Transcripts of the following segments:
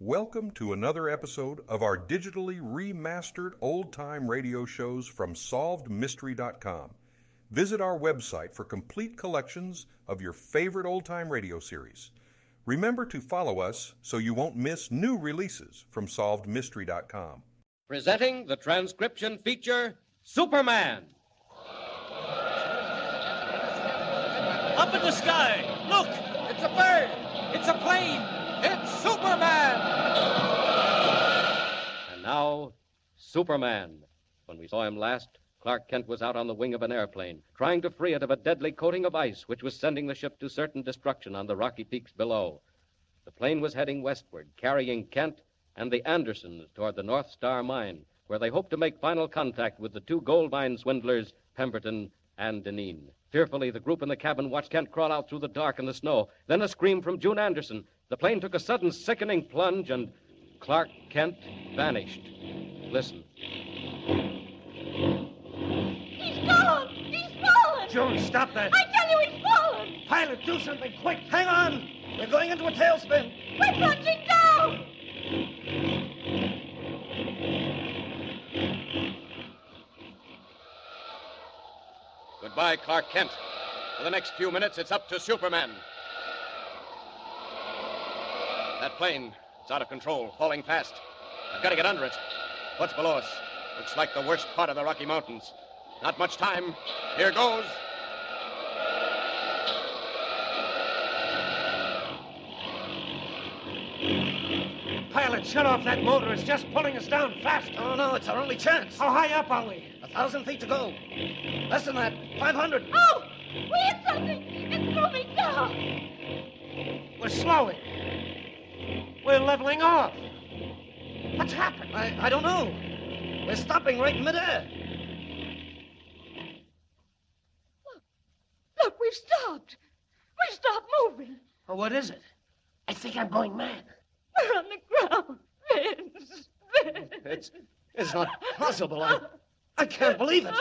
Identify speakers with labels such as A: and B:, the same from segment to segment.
A: Welcome to another episode of our digitally remastered old time radio shows from SolvedMystery.com. Visit our website for complete collections of your favorite old time radio series. Remember to follow us so you won't miss new releases from SolvedMystery.com.
B: Presenting the transcription feature Superman.
C: Up in the sky! Look!
B: It's a bird! It's a plane! It's Superman! And now, Superman. When we saw him last, Clark Kent was out on the wing of an airplane, trying to free it of a deadly coating of ice which was sending the ship to certain destruction on the rocky peaks below. The plane was heading westward, carrying Kent and the Andersons toward the North Star Mine, where they hoped to make final contact with the two gold mine swindlers, Pemberton and Deneen. Fearfully, the group in the cabin watched Kent crawl out through the dark and the snow. Then a scream from June Anderson. The plane took a sudden, sickening plunge, and Clark Kent vanished. Listen.
D: He's fallen! He's fallen!
C: June, stop that!
D: I tell you, he's fallen!
C: Pilot, do something quick! Hang on! We're going into a tailspin!
D: We're plunging down!
B: Goodbye, Clark Kent. For the next few minutes, it's up to Superman. That plane, it's out of control, falling fast. I've got to get under it. What's below us? Looks like the worst part of the Rocky Mountains. Not much time. Here goes.
C: Pilot, shut off that motor. It's just pulling us down fast.
E: Oh, no, it's our only chance.
C: How high up are we?
E: A thousand feet to go. Less than that, 500.
D: Oh! We hit something! It's moving down!
C: We're slowing. We're leveling off. What's happened?
E: I, I don't know. We're stopping right in midair.
D: Look, we've stopped! We've stopped moving!
E: Oh, what is it? I think I'm going mad.
D: We're on the ground! Vince! Vince!
E: It's, it's not possible. I, I can't believe it.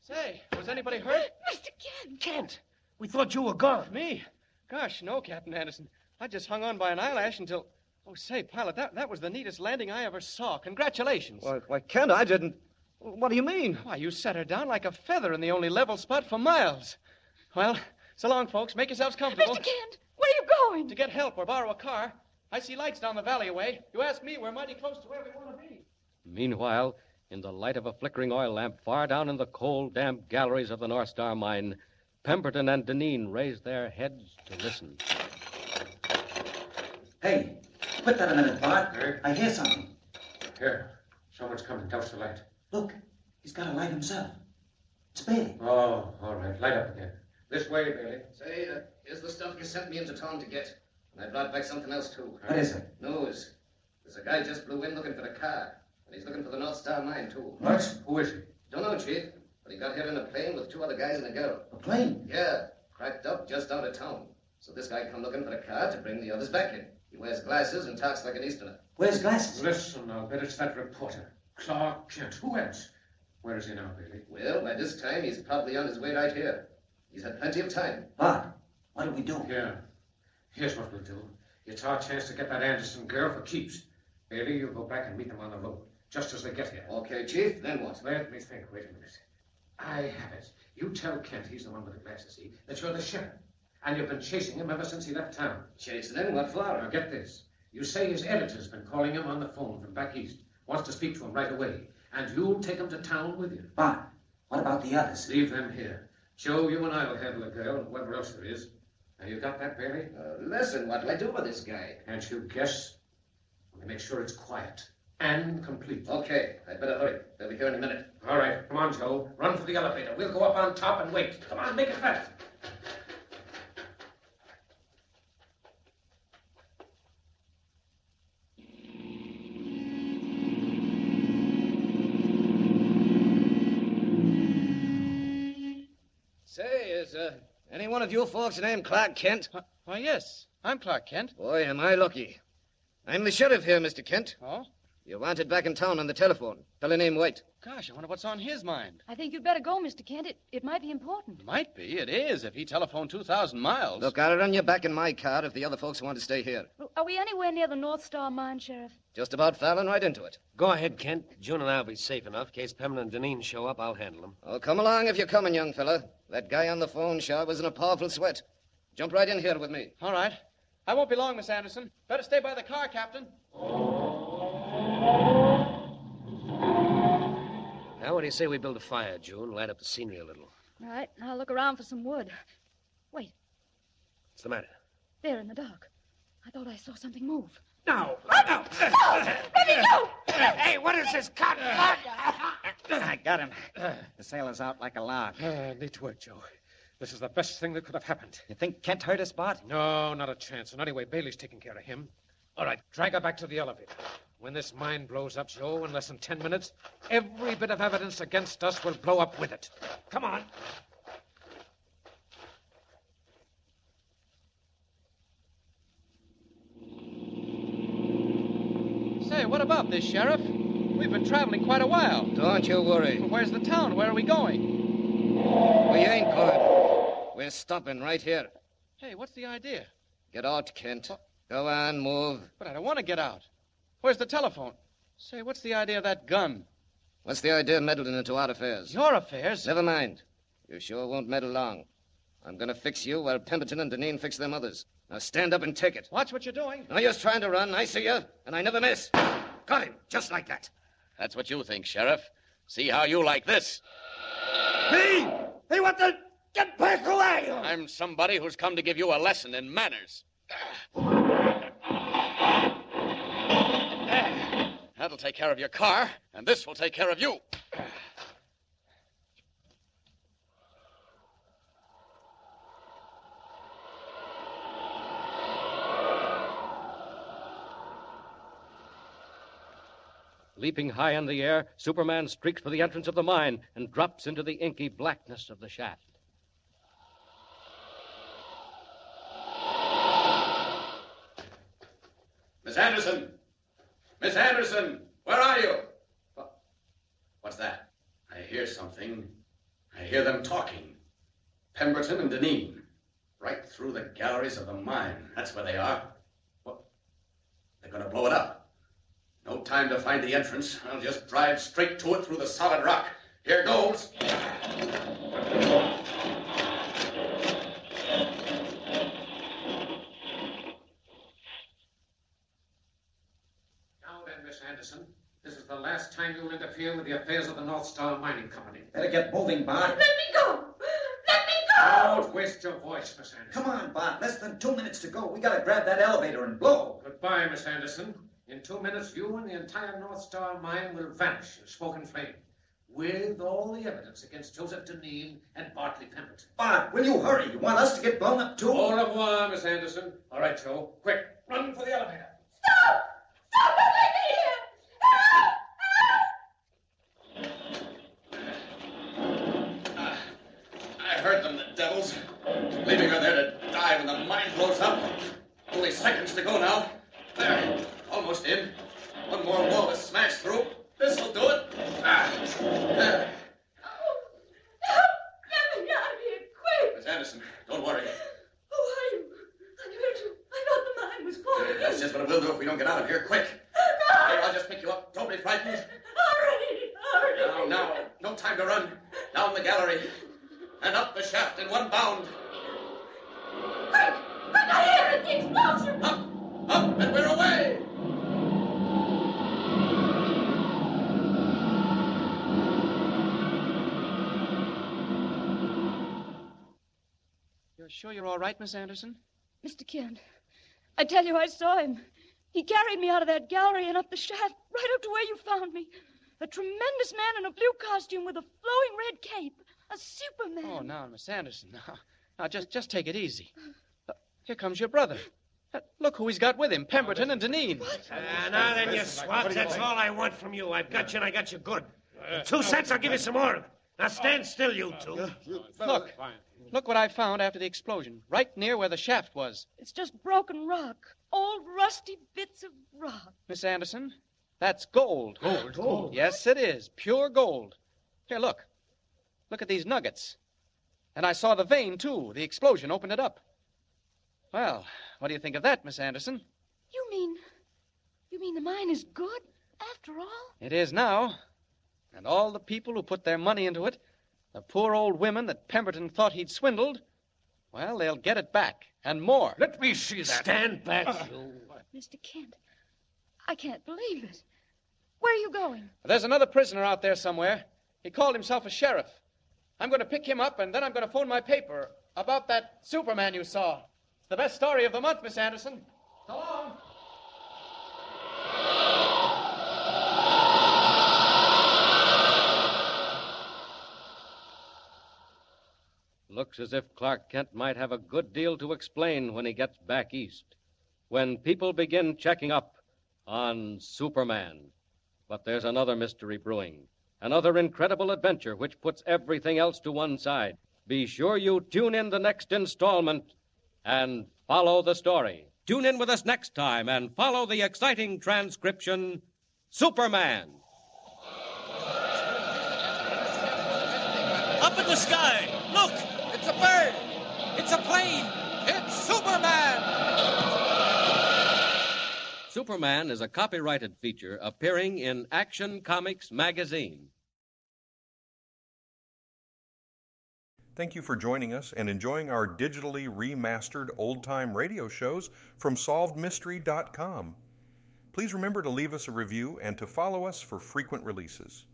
C: Say, was anybody hurt?
D: Mr. Uh, Kent!
E: Kent, we thought you were gone.
C: Me? Gosh, no, Captain Anderson. I just hung on by an eyelash until. Oh, say, pilot, that, that was the neatest landing I ever saw. Congratulations.
E: Why, why, Kent, I didn't. What do you mean?
C: Why, you set her down like a feather in the only level spot for miles. Well, so long, folks. Make yourselves comfortable.
D: Mr. Kent! Where are you
C: To
D: going?
C: get help or borrow a car. I see lights down the valley away. You ask me, we're mighty close to where we want to be.
B: Meanwhile, in the light of a flickering oil lamp far down in the cold, damp galleries of the North Star mine, Pemberton and Deneen raised their heads to listen.
F: Hey, quit that a minute, Bart. I hear something.
G: Here, someone's coming. Touch the light.
F: Look, he's got a light himself. It's Bailey.
G: Oh, all right. Light up again. This way, Bailey.
H: Say, uh, here's the stuff you sent me into town to get. And I brought back something else, too.
F: What is it?
H: News. There's a guy just blew in looking for the car. And he's looking for the North Star Mine, too.
F: What?
G: Who is he?
H: Don't know, Chief, but he got here in a plane with two other guys and a girl.
F: A plane.
H: Yeah, cracked up just out of town. So this guy come looking for the car to bring the others back in. He wears glasses and talks like an Easterner.
F: Where's glasses?
G: Listen, I'll bet it's that reporter. Clark Kent. Who else? Where is he now, Bailey?
H: Well, by this time, he's probably on his way right here. He's had plenty of time.
F: Bart, what do we do?
G: Here. Here's what we'll do. It's our chance to get that Anderson girl for keeps. Bailey, you go back and meet them on the road, just as they get here.
H: Okay, Chief, then what?
G: Let me think. Wait a minute. I have it. You tell Kent, he's the one with the glasses, see, that you're the shepherd. And you've been chasing him ever since he left town.
H: Chasing him? What
G: Now,
H: for?
G: get this. You say his editor's been calling him on the phone from back east. Wants to speak to him right away. And you'll take him to town with you.
F: Bart, what about the others?
G: Leave them here. Joe, you and I will handle the girl and whoever else there is. Now, you got that, Bailey?
H: Uh, listen, what'll I do with this guy?
G: Can't you guess? Only make sure it's quiet and complete.
H: Okay, I'd better hurry. They'll be here in a minute.
G: All right, come on, Joe. Run for the elevator. We'll go up on top and wait. Come on, make it fast.
H: Say, is uh, any one of you folks named Clark Kent?
C: Why, yes, I'm Clark Kent.
H: Boy, am I lucky. I'm the sheriff here, Mr. Kent.
C: Oh?
H: You're wanted back in town on the telephone. Tell her name White.
B: Gosh, I wonder what's on his mind.
D: I think you'd better go, Mr. Kent. It, it might be important.
B: Might be. It is if he telephoned 2,000 miles.
H: Look, I'll run you back in my car if the other folks want to stay here.
D: Well, Are we anywhere near the North Star mine, Sheriff?
H: Just about fouling right into it.
I: Go ahead, Kent. June and I'll be safe enough. In case Pemberton and Deneen show up, I'll handle them.
H: Oh, come along if you're coming, young fella. That guy on the phone, Shaw, was in a powerful sweat. Jump right in here with me.
B: All right. I won't be long, Miss Anderson. Better stay by the car, Captain.
I: Now, what do you say we build a fire, June? Light up the scenery a little.
D: All right, I'll look around for some wood. Wait,
I: What's the matter?
D: there in the dark. I thought I saw something move.
J: No. No. Let me go. Hey, what is this cotton I got him. The sailor's out like a log.
I: Uh, neat work, Joe. This is the best thing that could have happened.
J: You think Kent hurt us, Bart?
I: No, not a chance. And anyway, Bailey's taking care of him. All right, drag her back to the elevator. When this mine blows up, Joe, in less than ten minutes, every bit of evidence against us will blow up with it. Come on.
B: Say, what about this, Sheriff? We've been traveling quite a while.
H: Don't you worry.
B: Where's the town? Where are we going?
H: We ain't going. We're stopping right here.
B: Hey, what's the idea?
H: Get out, Kent. Go on, move.
B: But I don't want to get out. Where's the telephone? Say, what's the idea of that gun?
H: What's the idea of meddling into our affairs?
B: Your affairs.
H: Never mind. You sure won't meddle long. I'm going to fix you while Pemberton and Deneen fix them others. Now stand up and take it.
B: Watch what you're doing.
H: No use trying to run. I see you, and I never miss. Got him, just like that.
K: That's what you think, Sheriff. See how you like this.
J: Hey! Hey, what the? Get back! Who are you?
K: I'm somebody who's come to give you a lesson in manners. That'll take care of your car, and this will take care of you.
L: Leaping high in the air, Superman streaks for the entrance of the mine and drops into the inky blackness of the shaft.
H: Miss Anderson! Miss Anderson! Where are you? Wha- What's that? I hear something. I hear them talking. Pemberton and Deneen. Right through the galleries of the mine. That's where they are. What? They're going to blow it up. No time to find the entrance. I'll just drive straight to it through the solid rock. Here goes.
M: Now then, Miss Anderson, this is the last time you'll interfere with the affairs of the North Star Mining Company.
N: Better get moving, Bart.
D: Let me go. Let me
M: Don't waste your voice, Miss Anderson.
N: Come on, Bart. Less than two minutes to go. We gotta grab that elevator and blow.
M: Goodbye, Miss Anderson. In two minutes, you and the entire North Star mine will vanish in smoke and flame, with all the evidence against Joseph Deneen and Bartley Pemberton.
N: Bart, will you hurry? You want us to get blown up too?
M: Au revoir, Miss Anderson. All right, Joe. Quick, run for the elevator.
H: I heard them, the devils. Leaving her there to die when the mine blows up. Only seconds to go now. There, almost in. One more wall to smash through. This'll do it. Ah, there.
D: Let me out of here, quick.
H: Miss Anderson, don't worry.
D: Who are you? I heard you. I thought the mine was falling.
H: That's just what it will do if we don't get out of here quick. Here, I'll just pick you up. Don't be frightened.
D: Already,
H: Now, now, no time to run. Down the gallery and up the shaft in one bound.
D: Quick, quick, I hear it, the explosion.
H: Up, up, and we're away.
B: You're sure you're all right, Miss Anderson?
D: Mr. Kent, I tell you, I saw him. He carried me out of that gallery and up the shaft, right up to where you found me. A tremendous man in a blue costume with a flowing red cape. A superman.
B: Oh, now, Miss Anderson, now, now just, just take it easy. Uh, here comes your brother. Uh, look who he's got with him, Pemberton and Deneen.
I: Ah, now then, you swabs. That's all I want from you. I've got you and I got you good. In two cents, I'll give you some more of it. Now stand still, you two.
B: Look, look what I found after the explosion, right near where the shaft was.
D: It's just broken rock. Old rusty bits of rock.
B: Miss Anderson,
C: That's gold. Gold?
E: Gold?
C: Yes, it is. Pure gold. Here, look. Look at these nuggets. And I saw the vein, too. The explosion opened it up. Well, what do you think of that, Miss Anderson?
D: You mean. You mean the mine is good, after all?
C: It is now. And all the people who put their money into it, the poor old women that Pemberton thought he'd swindled, well, they'll get it back, and more. Let me see that.
E: Stand back,
C: you.
D: Mr. Kent, I can't believe it. Where are you going?
C: There's another prisoner out there somewhere. He called himself a sheriff. I'm going to pick him up, and then I'm going to phone my paper about that Superman you saw. It's the best story of the month, Miss Anderson. So long.
B: Looks as if Clark Kent might have a good deal to explain when he gets back east. When people begin checking up on Superman. But there's another mystery brewing, another incredible adventure which puts everything else to one side. Be sure you tune in the next installment and follow the story. Tune in with us next time and follow the exciting transcription Superman.
O: Up in the sky! Look! It's a bird! It's a plane! It's Superman!
B: Superman is a copyrighted feature appearing in Action Comics magazine.
A: Thank you for joining us and enjoying our digitally remastered old time radio shows from SolvedMystery.com. Please remember to leave us a review and to follow us for frequent releases.